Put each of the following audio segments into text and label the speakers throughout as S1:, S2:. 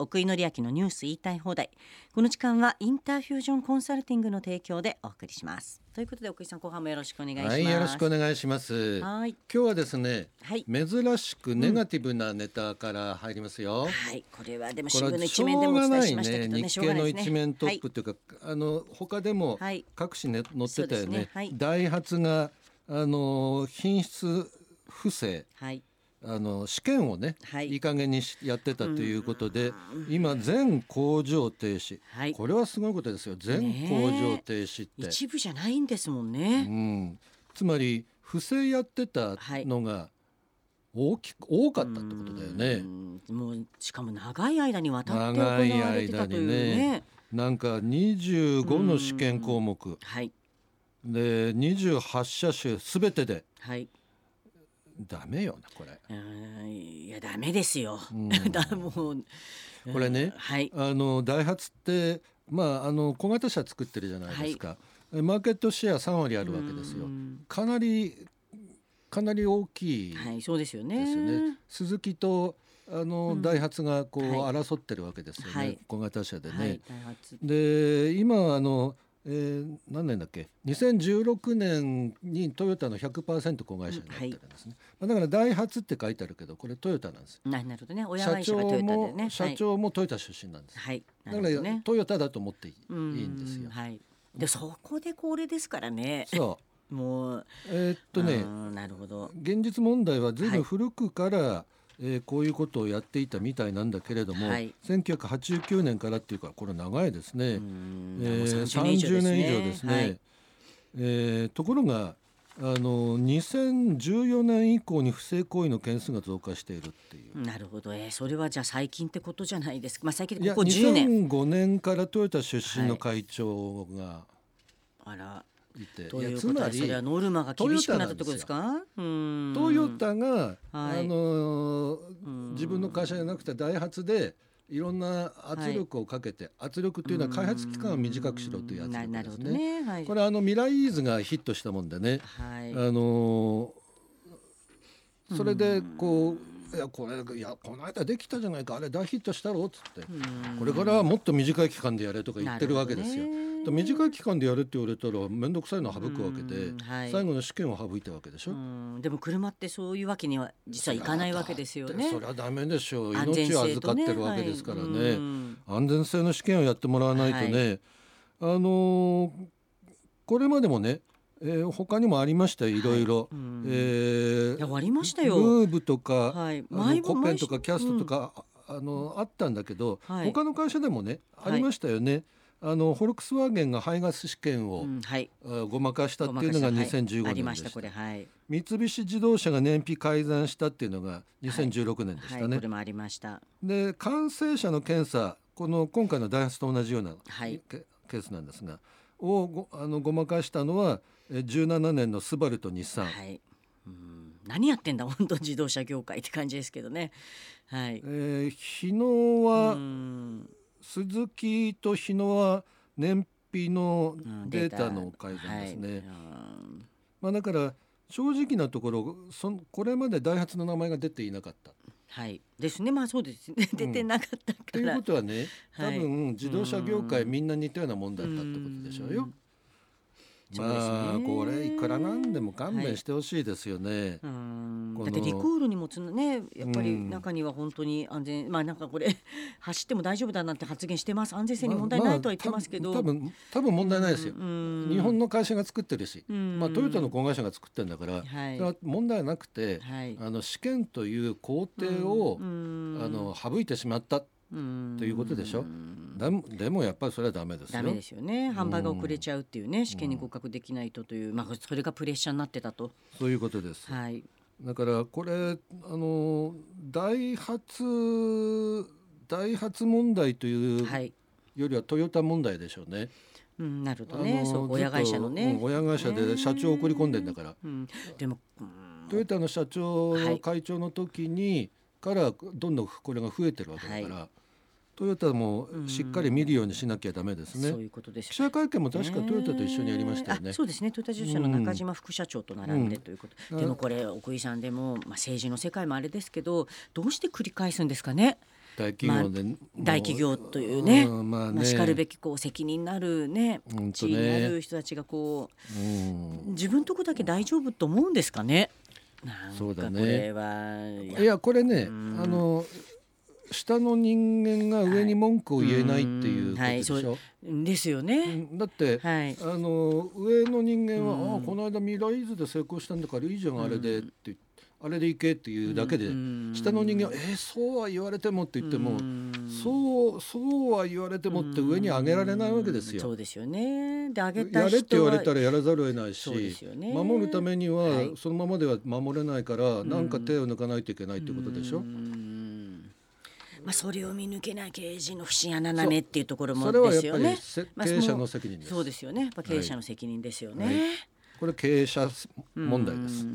S1: 奥井紀明のニュース言いたい放題この時間はインターフュージョンコンサルティングの提供でお送りしますということで奥井さん後半もよろしくお願いします
S2: はい、よろしくお願いします。今
S1: はい
S2: 日はですね、
S1: はい
S2: 珍しくネガティブなネタから入りますよ。
S1: はいこれはでも
S2: こ
S1: 新聞
S2: れは
S1: の
S2: し
S1: 一
S2: ょ
S1: 面で
S2: う
S1: もお
S2: が
S1: 伝え
S2: ない
S1: しましたけ
S2: ね。
S1: どね
S2: 日経の一面トッ
S1: プ
S2: プというか、あの他でも
S1: はい
S2: 各紙ね載ってた
S1: そ
S2: よ
S1: うですね
S2: ね
S1: はい。
S2: ダイハツがあの品質不正。
S1: はい
S2: あの試験をね、
S1: はい
S2: い、い加減にしやってたということで、今全工場停止、
S1: はい
S2: これはすごいことですよ全工場停止って、
S1: 一部じゃないんですもん
S2: う
S1: ね、
S2: ん、つまり不正やってたのが大きく多かったってことだよね。
S1: うんもうしかも長い間にわたって行
S2: 長い
S1: われてた
S2: 間
S1: と
S2: に
S1: いうね
S2: ねなんか25の試験項目
S1: はい
S2: で28車種すべてで
S1: はい
S2: ダメよなこれ。
S1: うーんいやダメですよ、
S2: うん
S1: だもう
S2: これね
S1: はい
S2: あのダイハツって、まあ、あの小型車作ってるじゃないですか、マーケットシェア3割あるわけですよ
S1: う。ん
S2: かなりかなり大きいです
S1: は
S2: よ
S1: いそうですよね
S2: ね。スズキとあの、
S1: うん
S2: ダイハツがこう、
S1: はい
S2: 争ってるわけですよね、
S1: はい
S2: 小型車でね。
S1: はいダイハツ
S2: で今あの、えー何年だっけ2016年にトヨタの100%子会社になってるんですね、まあだからダイハツって書いてあるけどこれトヨタなんです
S1: ななるほどね親
S2: 社
S1: 会社がト
S2: 長
S1: ヨタで
S2: も、
S1: ね
S2: 社長もトヨタ出身なんです、
S1: はい、はい、
S2: だ
S1: な
S2: か
S1: る
S2: ら、
S1: ほどね
S2: トヨタだと思っていいいい
S1: い
S2: んですよ、
S1: はいでそこでこれですからね
S2: そ
S1: もう
S2: うえーっと
S1: う
S2: ね
S1: んなるほど
S2: 現実問題は随
S1: はい
S2: 分古くから、えーこういうことをやっていたみたいなんだけれども、
S1: はい
S2: 1989年からっていうからこれ長いですね、
S1: うん
S2: え
S1: もう
S2: ー
S1: 30年以上
S2: 30年以上
S1: で
S2: ですす
S1: ね
S2: ね、
S1: はい
S2: えーところがあの2014年以降に不正行為の件数が増加しているっていう。
S1: なるほど、えー、それはじゃあ最近ってことじゃないですか。まあ最近
S2: い
S1: こ
S2: や
S1: こ10年。
S2: 2005年からトヨタ出身の会長が
S1: あら、
S2: いて、
S1: と
S2: いや
S1: いう
S2: つ
S1: こと
S2: ま
S1: は
S2: り
S1: それはノルマが厳しくなったってことですか。うーん。
S2: トヨ。タが、
S1: はい
S2: あのー自分の会社じゃなくてダイハツでいろんな圧力をかけて、圧力というのは開発期間を短くしろという圧
S1: な
S2: 力
S1: な
S2: で
S1: る
S2: す
S1: ほど
S2: ね。
S1: ね。はい。
S2: これあのミライーズがヒットしたもんでね、
S1: はい。
S2: あのーそれでこういやこれいやこの間できたじゃないかあれ大ヒットしたろっつって、これからはもっと短い期間でやれとか言ってるわけです
S1: な
S2: よ。
S1: るほどね
S2: 短い期間でやるって言われたら面倒くさいのを省くわけ
S1: う
S2: で
S1: ん、はい
S2: 最後の試験を省いたわけでしょ。
S1: うん。でも車ってそういうわけには実はいかないわけですよね
S2: そ。りゃダメでしょう。
S1: 安全
S2: 命を
S1: 性
S2: 預か
S1: と
S2: っ
S1: ね
S2: てるわけですから
S1: はい
S2: ね。
S1: うん
S2: 安全性の試験をやってもらわないとね、あのーこれまでもね、えー他にもありましたよいろいろ。
S1: うんい
S2: えー
S1: や終わりましたよ。
S2: ムーブとか、
S1: はい
S2: あの
S1: 前も
S2: コッペンと
S1: 前
S2: か
S1: し
S2: キャストとか、あのあったんだけど、
S1: はい
S2: 他の会社でもねありましたよね。あのホルクスワーゲンが排ガス試験を、
S1: うんはい。
S2: あごまかしたっていうのが
S1: ごまかしたはい
S2: 2015
S1: あ
S2: 年
S1: りま
S2: で
S1: し
S2: したた
S1: これはい。
S2: 三菱自動車が燃費改ざんしたっていうのが2016年でしたね、
S1: はいこれもありました。
S2: で感染者の検査この今回のダイハツと同じような、
S1: はい
S2: ケケースなんですがをごあのごまかしたのはえ17年のスバルと日産、
S1: はい。うん何やってんだ本当自動車業界って感じですけどね。はい
S2: え。ー日野は、
S1: うん
S2: スズキと日野は燃費の
S1: うん
S2: データの改ざんですね、
S1: はいうん
S2: まあ、だから正直なところそんこれまでダイハツの名前が出ていなかったっ
S1: はい、ですねまあそうですね 出てなかったか
S2: てい
S1: ら、
S2: うことはね多
S1: はい
S2: 分自動車業界みんな似たようなもんだったってことでしょうよ。
S1: うんそうですね
S2: まあこれいくらなんでも勘弁してほしいですよね。
S1: うん
S2: こ
S1: だ
S2: の
S1: ってリコールにもつなねやっぱり
S2: うん
S1: 中には本当に安全まあなんかこれ 走っても大丈夫だなんて発言してます安全性に
S2: まあ
S1: 問題ないとは言ってますけど、
S2: まあ多分多分多分問題ないですよ。
S1: うん
S2: 日本の会社が作ってるし、
S1: うん
S2: まあトヨタの子会社が作ってるんだから、
S1: はい
S2: それは問題はなくて、
S1: はい
S2: あの試験という工程を、
S1: うん
S2: あの省いてしまった
S1: うん
S2: ということでしょ。でもでもやっぱりそれはダメです
S1: ダ
S2: よ。
S1: メですよね販売が遅れちゃうっていうね試験に合格できないとという、まあ、それがプレッシャーになってたと、
S2: そういうことです。
S1: はい、
S2: だからこれあのダイハツダイハツ問題という
S1: はい
S2: よりはトヨタ問題でしょうね。
S1: うん、なるほど
S2: あ
S1: ね
S2: の
S1: そう親会社の
S2: ずっ
S1: ね
S2: と、うん親会社で社長を送り込んでんだから、
S1: うん、でも、うん
S2: トヨタの社長、
S1: はい
S2: 会長の時にからどんどんこれが増えてるわけだから、トヨタもしっかり見るようにしなきゃダメです
S1: そう
S2: ね。
S1: いうことです
S2: 記者会見も確かトヨタと一緒にやりましたよね。
S1: あそうですねトヨタ自動車の中島副社長と並んでということ、
S2: うん
S1: でもこれ奥井さんでも、まあ、政治の世界もあれですけどどうして繰り返すんですかね
S2: 大企業で、もう
S1: 大企業というね,、
S2: うんまあね
S1: まあ、しかるべきこう責任のあるね
S2: 本当
S1: 地位にある
S2: ね、
S1: 人たちがこう
S2: うん、
S1: 自分とこだけ大丈夫と思うんですかねなんか
S2: そうだね
S1: これはい
S2: いやこれねあ
S1: うん
S2: の下の人間が上に文句を言えないっていうことでしょ、
S1: はいうんはですよ
S2: う
S1: ね、
S2: んだって、
S1: はい
S2: あの上の人間は
S1: うん
S2: 「ああこの間未来図で成功したんだからいいじゃんあれで」って言ってあれでいけっていうだけで、
S1: うん
S2: 下の人間は「えーそうは言われても」って言っても、
S1: うん
S2: そうそうは言われてもって上に上げられないわけです
S1: うんそ
S2: よ。
S1: うですよねで上げた人
S2: や
S1: は
S2: れって言われたらやらざるを得ないし、
S1: そうですよね
S2: 守るためには、
S1: はい
S2: そのままでは守れないから
S1: ん
S2: なんか手を抜かないといけないってことでしょ。
S1: うんまあそれを見抜けない経営陣の不審や斜めっていうところも
S2: それは
S1: で
S2: やっ
S1: すよ
S2: ぱり
S1: ね。
S2: せ
S1: まあ
S2: 経営者の責任です。
S1: そうですよね。やっぱ経営者の責任ですよね。
S2: はいこれ経営者問題です。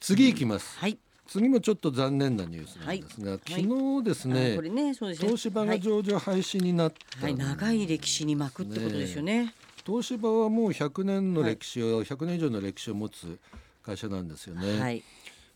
S2: 次行きます。
S1: はい。
S2: 次もちょっと残念なニュースなんですが、
S1: はい
S2: 昨日です
S1: あ
S2: ね
S1: これね、そうですね。
S2: 東芝が上場廃止になった、
S1: はい、はい、長い歴史に巻くってことですよね。
S2: 東芝はもう100年の歴史を、100年以上の歴史を持つ会社なんですよね。
S1: はい。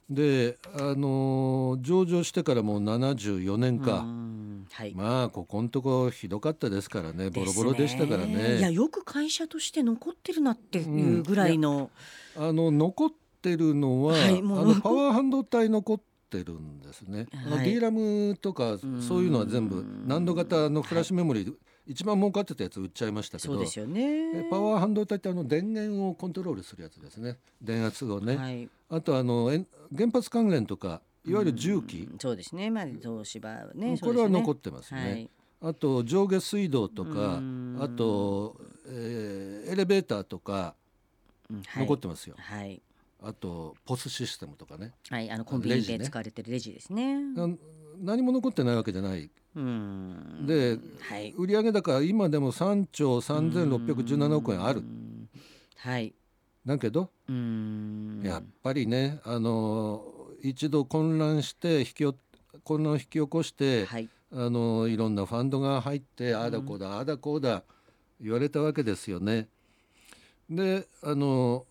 S2: で、あのー上場してからもう74年
S1: う
S2: か、
S1: んはい。
S2: まあここのとこひどかったですからねボロボロでしたか
S1: で
S2: ら
S1: すいや、
S2: ね。
S1: よく会社として残ってるなっていうぐらいの。
S2: あの残ってるのは、
S1: はい
S2: あ
S1: もう
S2: のパワー半導体残ってるんですね。あの
S1: はい
S2: D ラムとか
S1: ん
S2: そういうのは全部難度型のフラッシュメモリー、一番儲かってたやつ売っちゃいましたけ
S1: そう
S2: ど
S1: ですよね
S2: え。パワー半導体ってあの電源をコントロールするやつですね電圧をね、
S1: はい。
S2: あとあのえん原発関連とかいわゆる重機
S1: う、んそうですね。まあ、東芝はね。
S2: これは残っててますね、
S1: はい。
S2: あと上下水道とか
S1: うん
S2: あと、えーエレベーターとか
S1: うんはい
S2: 残ってますよ、
S1: はい。
S2: あとポスシステムとかね
S1: はい、あのコンビニ
S2: レジ
S1: で
S2: ね
S1: 使われてるレジですね。
S2: な何も残ってないわけじゃない
S1: うん
S2: で
S1: はい。
S2: 売上高は今でも3兆3617億円ある
S1: うんはい。
S2: だけど
S1: うん。
S2: やっぱりねあの一度混乱して引きよ混乱を引き起こして、
S1: はい。
S2: あのいろんなファンドが入ってああだこうだ、ああだこうだ言われたわけですよね。であの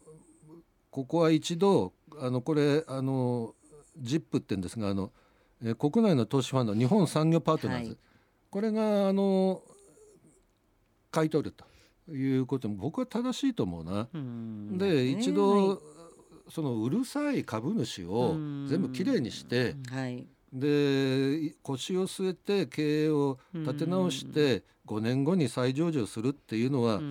S2: ここは一度あのこれあの ZIP って言うんですがあのえー国内の投資ファンド日本産業パートナーズ、
S1: はい
S2: これがあの買い取るということも僕は正しいと思うな。
S1: うん
S2: で、一
S1: は
S2: 度そのうるさい株主を全部きれいにして、
S1: いはい。
S2: で腰を据えて経営を立て直して5年後に再上場するっていうのは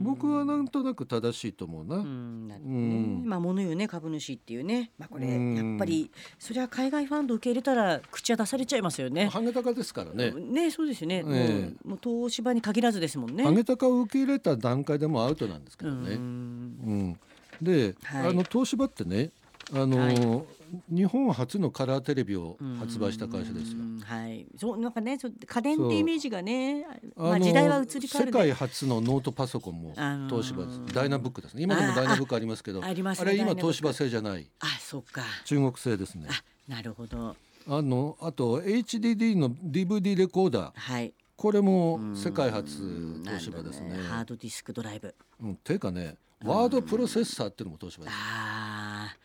S2: 僕はなんとなく正しいと思う
S1: う
S2: な。
S1: んなるほど
S2: うん
S1: ねまあ物よね株主っていうね、まあ、これや
S2: うん
S1: っぱりそれは海外ファンド受け入れたら口は出されちゃいますよね。
S2: ハゲ高ですからね。
S1: ねそうですよね、もう
S2: え
S1: もう東芝に限らずですもんね。
S2: ハゲ高を受け入れた段階でもうアウトなんですけ
S1: う
S2: どね。
S1: ん
S2: うん、で、
S1: はい
S2: あの東芝ってね、あの
S1: は
S2: 日本初のカラーテレビを発売した会社ですよ
S1: う。んはい、そうなんかね、そう家電ってイメージがね、
S2: あの
S1: まあ時代は移り変わる
S2: 世
S1: ね
S2: 界初のノートパソコンも
S1: あのー
S2: 東芝です、ダイナブックですね今でもダイナブックありますけど
S1: あありますね
S2: れ
S1: ダイ
S2: 今
S1: ナブック
S2: 東芝製じゃない
S1: あ、そっか。
S2: 中国製ですね
S1: あ、なるほど。
S2: あのあと HDD の DVD レコーダー
S1: はい。
S2: これも世界初
S1: うん
S2: 東芝ですね
S1: なるほどハードディスクドライブ。
S2: うん、ていうかねワードプロセッサーっていうのも東芝です
S1: ああ、
S2: あ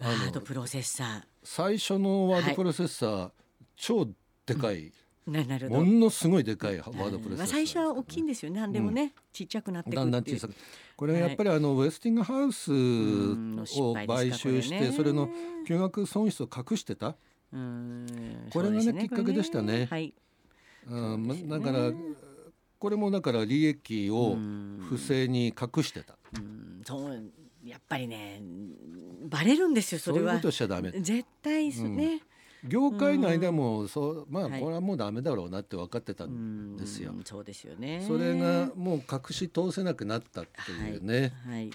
S1: ワ
S2: の
S1: ードプロセッサ
S2: 最初のワードプロセッサー、超でかい、
S1: ー。ななるほど
S2: も。のすごいでかいワードプロセッサーですけどね、
S1: まあ最初は大きいんですよね。あんでもね、ちっちゃくなってく
S2: だんだん
S1: ってい
S2: 小
S1: う
S2: さくこれはやっぱりあのウェスティングハウス
S1: んの失
S2: を
S1: 敗ですか
S2: 買収し
S1: これ
S2: て
S1: ね
S2: それの巨額損失を隠してた、
S1: うん
S2: これがね
S1: そうで
S2: きっかけでしたね
S1: これはい。
S2: うん
S1: そう
S2: ま
S1: ですよね
S2: だからこれもだから利益を
S1: うん
S2: 不正に隠してた
S1: うんそうやっぱりね、バレるんですよ。そ
S2: そうい
S1: れ
S2: う
S1: は
S2: ことしちゃダメ
S1: 絶対ですね。
S2: 業界内でもそうまあ
S1: はい
S2: これはもうダメだろうなって分かってた
S1: うんん
S2: ですよ。
S1: そうですよね。
S2: それがもう隠し通せなくなったっていうね、
S1: はい。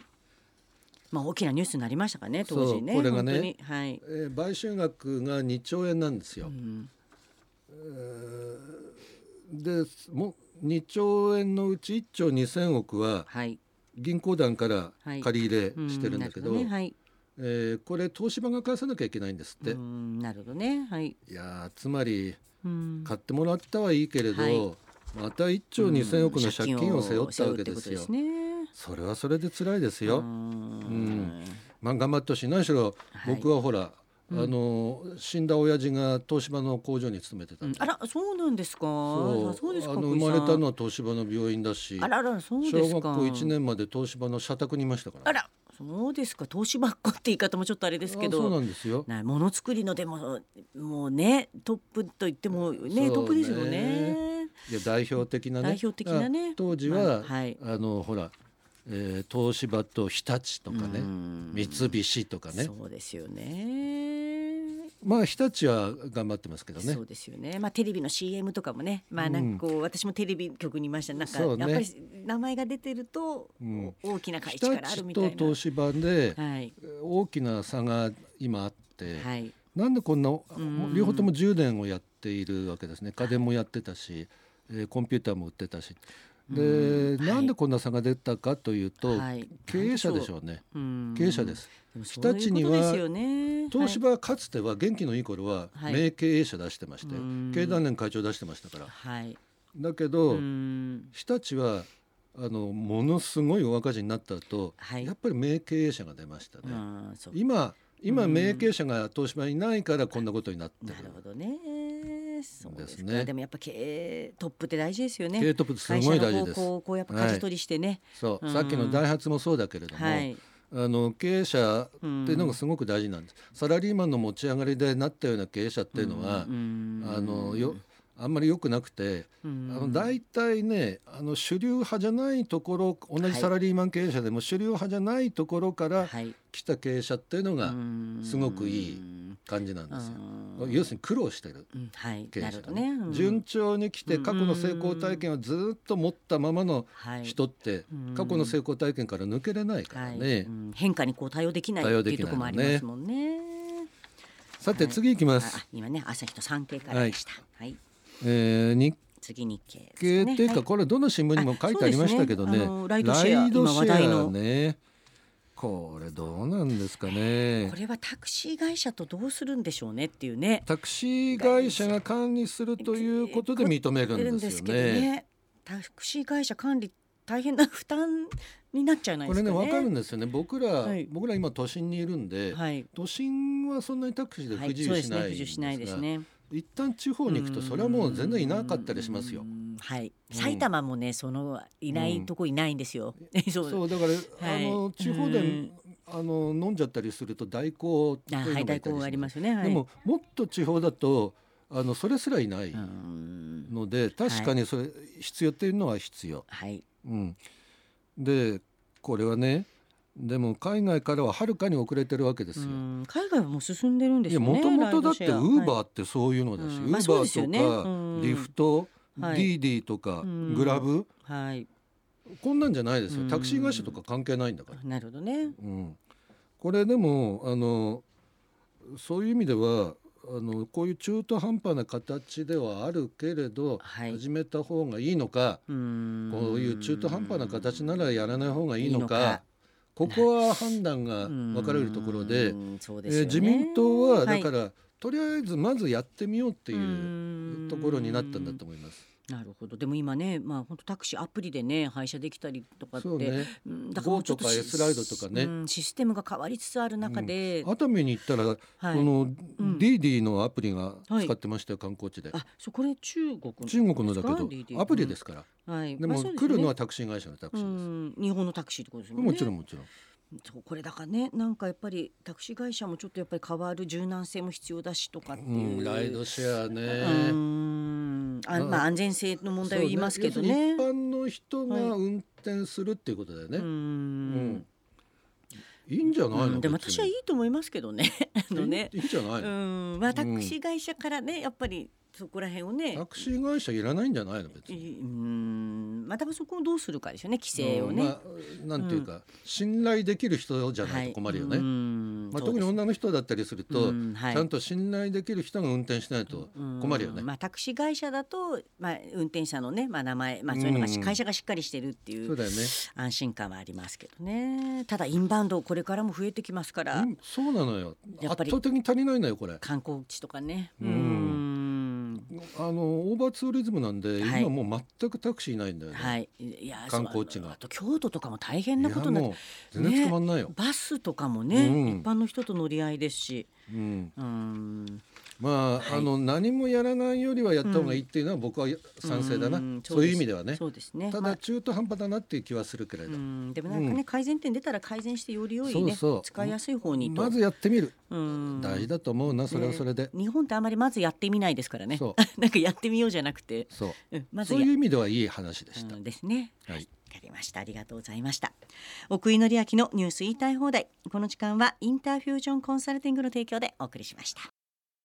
S1: まあ大きなニュースになりましたかね当時ね。
S2: そうこれがね
S1: 本当にはい。
S2: えー買収額が2兆円なんですよ。
S1: うん
S2: でもう2兆円のうち1兆2,000億は
S1: はい。
S2: 銀行団から
S1: はい
S2: 借り入れしてるんだけど、
S1: うなるほねはい。
S2: えーこれ東芝が返さなきゃいけないんですって、
S1: うんなるほどねはい。
S2: いやーつまり
S1: うん
S2: 買ってもらったはいいけれど、
S1: はい
S2: また1兆2,000億の借金を背負った
S1: うん借金を背負う
S2: わけです
S1: ってことで
S2: よ、
S1: すね。
S2: それはそれで辛いです
S1: う
S2: よ、
S1: ん
S2: うんまあ頑張ってほしい何しろ
S1: はい
S2: 僕はほら、あの死んだ親父が東芝の工場に勤めてた
S1: うんん
S2: で、
S1: あらそうなんですかあそうですか
S2: あの
S1: 小
S2: 生
S1: 井さ
S2: ま
S1: ん
S2: れたのは東芝の病院だし
S1: あららそうですか
S2: 小学校一年まで東芝の社宅にいましたから
S1: あらそうですか東芝っ子って言い方もちょっとあれですけ
S2: あそうな
S1: ど
S2: んですよ
S1: なものづくりのでももうねトップと言っても
S2: そう
S1: ね
S2: ね
S1: トップですよね
S2: いや代表的なね
S1: 代表的なね
S2: だから当時
S1: ま
S2: は、
S1: あはい
S2: あのほら、えー東芝と日立とかね
S1: うん
S2: 三菱とかね
S1: そうですよね
S2: まあ日立は頑張ってますけどね
S1: そうですよね。まあテレビの CM とかもね、まあなんかこう、私もテレビ局にいました。なんか、
S2: そうね
S1: やっぱり名前が出てると、
S2: うん
S1: 大きな会
S2: 日
S1: 社からある
S2: 立
S1: みた
S2: と
S1: いな。
S2: 東芝で
S1: はい
S2: 大きな差が今あって、
S1: はい。
S2: なんでこんな
S1: うん
S2: 両方とも10年をやっているわけですね家電もやってたし、えーコンピューターも売ってたしで、
S1: うん
S2: なんでこんな差が出たかというと、
S1: はい
S2: 経営者でしょうね
S1: うん
S2: 経営者で。す、
S1: でもそ
S2: 日
S1: うい
S2: 立
S1: うこ
S2: に
S1: と
S2: は
S1: ですよね。
S2: 東芝はかつては元気のいい頃は
S1: はい
S2: 名経営者出してまして、
S1: うん
S2: 経団連会長出してましたから
S1: はい。はい。
S2: だけど、
S1: うん
S2: 日立はあのものすごい大赤字になった後、
S1: はい
S2: やっぱり名経営者が出ましたね、
S1: うんそう
S2: 今今
S1: うん
S2: 名経営者が東芝にいないからこんなことになって
S1: なるほどね。そうですか。
S2: ですね
S1: でもやっぱ経営トップって大事ですよね。
S2: 経営トップすごい大事
S1: 会社の
S2: です
S1: 方向をこうやっぱ舵取りしてね。
S2: そう、
S1: うん
S2: さっきのダイハツもそうだけれども、
S1: はい。
S2: あの経営者っていうのが
S1: っ
S2: すごく大事なんです、サラリーマンの持ち上がりでなったような経営者っていうのは、あのよあんまり良くなくて、あの大体ねあの主流派じゃないところ同じサラリーマン経営者でも主流派じゃないところから
S1: はい。
S2: 来た経営者っていうのがすごくいい
S1: うん
S2: 感じなんですよ。
S1: うん
S2: 要するに苦労してる
S1: うんはい、
S2: 経営
S1: な
S2: 者
S1: る
S2: が
S1: ほど
S2: ね
S1: ね。うん
S2: 順調に来て過去の成功体験をずっと持ったままの
S1: はい
S2: 人って
S1: うん
S2: 過去の成功体験から抜けれないから
S1: はい
S2: ね
S1: う。ん変化にこう対応できない
S2: 対応
S1: ってい
S2: で
S1: う
S2: き
S1: と
S2: な
S1: こもあ
S2: いのね
S1: りますもんね。
S2: さて次行き
S1: あ
S2: ます。
S1: 今ね朝日と産経からでした。はい、
S2: えー日
S1: 次日経です
S2: 経
S1: ね、
S2: っていう
S1: は
S2: かこれどの新聞にも書いてありましたけどね
S1: あそうですねあのライドシェア
S2: ライドシェ
S1: 今話題の
S2: ねこれどうなんですか
S1: い
S2: ね
S1: これはタクシー会社とどうするんでしょうねっていうね。
S2: タクシー会社が管理するということで認めるんですよ
S1: 出るんですけど
S2: ね。
S1: ねタクシー会社管理大変な負担になっちゃわない
S2: こ
S1: です
S2: れ
S1: か
S2: ね
S1: ね。
S2: 分かるんですよね僕ら、
S1: はい
S2: 僕ら今都心にいるんで、
S1: はい。
S2: 都心はそんなにタクシーで
S1: は
S2: 不
S1: い
S2: 自
S1: そう
S2: 由
S1: で
S2: し
S1: す
S2: な
S1: ね
S2: い
S1: 不自由しない
S2: ん
S1: で
S2: ですすが
S1: ね。
S2: 一旦地方に行くとそれはもう全然いなかったりしますよ
S1: う。ん。はい、
S2: うん
S1: 埼玉もね、そのいないとこいないんですよ。 そう
S2: そうだから、
S1: はい
S2: あの地方で
S1: うん
S2: あの飲んじゃったりすると代行って
S1: あ、
S2: いうのが
S1: はいい、代
S2: たりし
S1: 行がありますすよね。はい、
S2: でももっと地方だとあのそれすらいないう
S1: ーん、
S2: ので、確かにそれ必要っていうのは必要。
S1: はい、
S2: うん、でこれはねでも海外からははるかに遅れてるわけです
S1: う
S2: よ。
S1: ん海外はもう進んでるんで
S2: い
S1: す
S2: や
S1: よね。
S2: もともとだってウー
S1: ー、
S2: バーってそういうのだし、
S1: うん
S2: ウー
S1: ま
S2: バ
S1: あ
S2: ー
S1: そうですよね
S2: とか
S1: うん
S2: リフト、
S1: はい
S2: ディーディとか
S1: うん
S2: グラブ
S1: はい、
S2: こんなんじゃないです
S1: う
S2: よ
S1: ん
S2: タクシー会社とか関係ないんだから。
S1: なるほどね。
S2: うん、これでもあのそういう意味ではあのこういう中途半端な形ではあるけれど、
S1: はい
S2: 始めた方がいいのか
S1: うーん
S2: こういう中途半端な形ならやらない方がいいのか
S1: いいのか
S2: ここは判断が分かれるところで,、
S1: うーんそう
S2: え
S1: ですよ
S2: ー
S1: ね
S2: 自民党はだからら、とりあえずまずやってみようっていう
S1: い
S2: ところになったんだと思います。
S1: なるほどでも今ねまあ本当タクシーアプリでね配車できたりとかって
S2: そうね
S1: うんだからもうちょっ
S2: Go とか
S1: し
S2: S ライドとかね
S1: うんシステムが変わりつつある中で、
S2: 熱海に行ったら、
S1: はい
S2: この
S1: ん
S2: DD のアプリが使ってましたよ、観光地で。
S1: あそうこれ中国の
S2: 中国のだけどアプリですすから、
S1: か、はい
S2: で
S1: まあ
S2: も
S1: そう
S2: 来るのは
S1: で
S2: タクシー会社のタク
S1: す
S2: シ
S1: よね
S2: ーです、
S1: うん日本のタクシーってことですもんね
S2: もちろんもちろん
S1: そうこれだからねなんかやっぱりタクシー会社もちょっとやっぱり変わる柔軟性も必要だしとかっていう、
S2: うん、ライドシェア
S1: う
S2: ね。
S1: んあ
S2: まあ
S1: まあ安全性の問題を言いますけど
S2: そう
S1: ね
S2: ね要するに一般の人が運転するっていうことだよね。
S1: う
S2: うん
S1: ん、
S2: いいんじゃないの、
S1: うんでも
S2: 別に
S1: 私はいいと思いますけどね あのね
S2: いいいいんじゃないの、
S1: うんまあタクシー会社からねやっぱりそこら辺をね
S2: タクシー会社いらないんじゃないの別
S1: う
S2: に。
S1: んまあ多分そこをどうするかですよね規制をね、
S2: うんまあ、なんていうか、信頼できる人じゃないと困るよね。まあ、特に
S1: 本
S2: 女の人だったりすると、
S1: うんはい
S2: ちゃんと信頼できる人が運転しないと困るよね。
S1: まあ、タクシー会社だと、まあ、運転者のね、まあ、名前、まあ、そういうのがし
S2: うん
S1: 会社がしっかりしてるってい
S2: そう
S1: う
S2: だよね。
S1: 安心感はありますけどねただインバウンドこれからも増えてきますから
S2: うんそうなのよ
S1: や
S2: 圧
S1: っぱり
S2: 倒的に足りないのよこれあ
S1: 観光地とかね
S2: うん
S1: うん
S2: のオーバーツーリズムなんで、
S1: はい
S2: 今もう全くタクシーいないんだよね、
S1: はいいや
S2: 観光地が
S1: そうあと京都とかも大変
S2: い
S1: な
S2: や
S1: ことになっ
S2: もう全然捕まんないよ、
S1: バスとかもね、
S2: うん
S1: 一般の人と乗り合いですし、
S2: うん、
S1: うん
S2: まあ、
S1: はい
S2: あの何もやらないよりはやった方がいいっていうのは僕は賛成だな、
S1: うん
S2: そういう意味ではね
S1: そうですね
S2: た
S1: ま
S2: だ
S1: あ
S2: 中途半端だなっていう気はするけれ
S1: う
S2: ど、
S1: んでもなんかね、
S2: う
S1: 改善点出たら改善してより良いね
S2: そうそう
S1: 使いやすい方にと、
S2: まずやってみる、
S1: うん
S2: 大事だと思うなそれはそれで、
S1: 日本ってあまりまずやってみないですからね
S2: そ
S1: なんかやってみようじゃなくて、
S2: そう、
S1: うん、 まず
S2: そ
S1: や
S2: ういう意味ではいい話でした、
S1: うんですね。
S2: はい
S1: わかりました。ありがとうございました。奥井紀明のニュース言いたい放題。この時間はインターフュージョンコンサルティングの提供でお送りしました。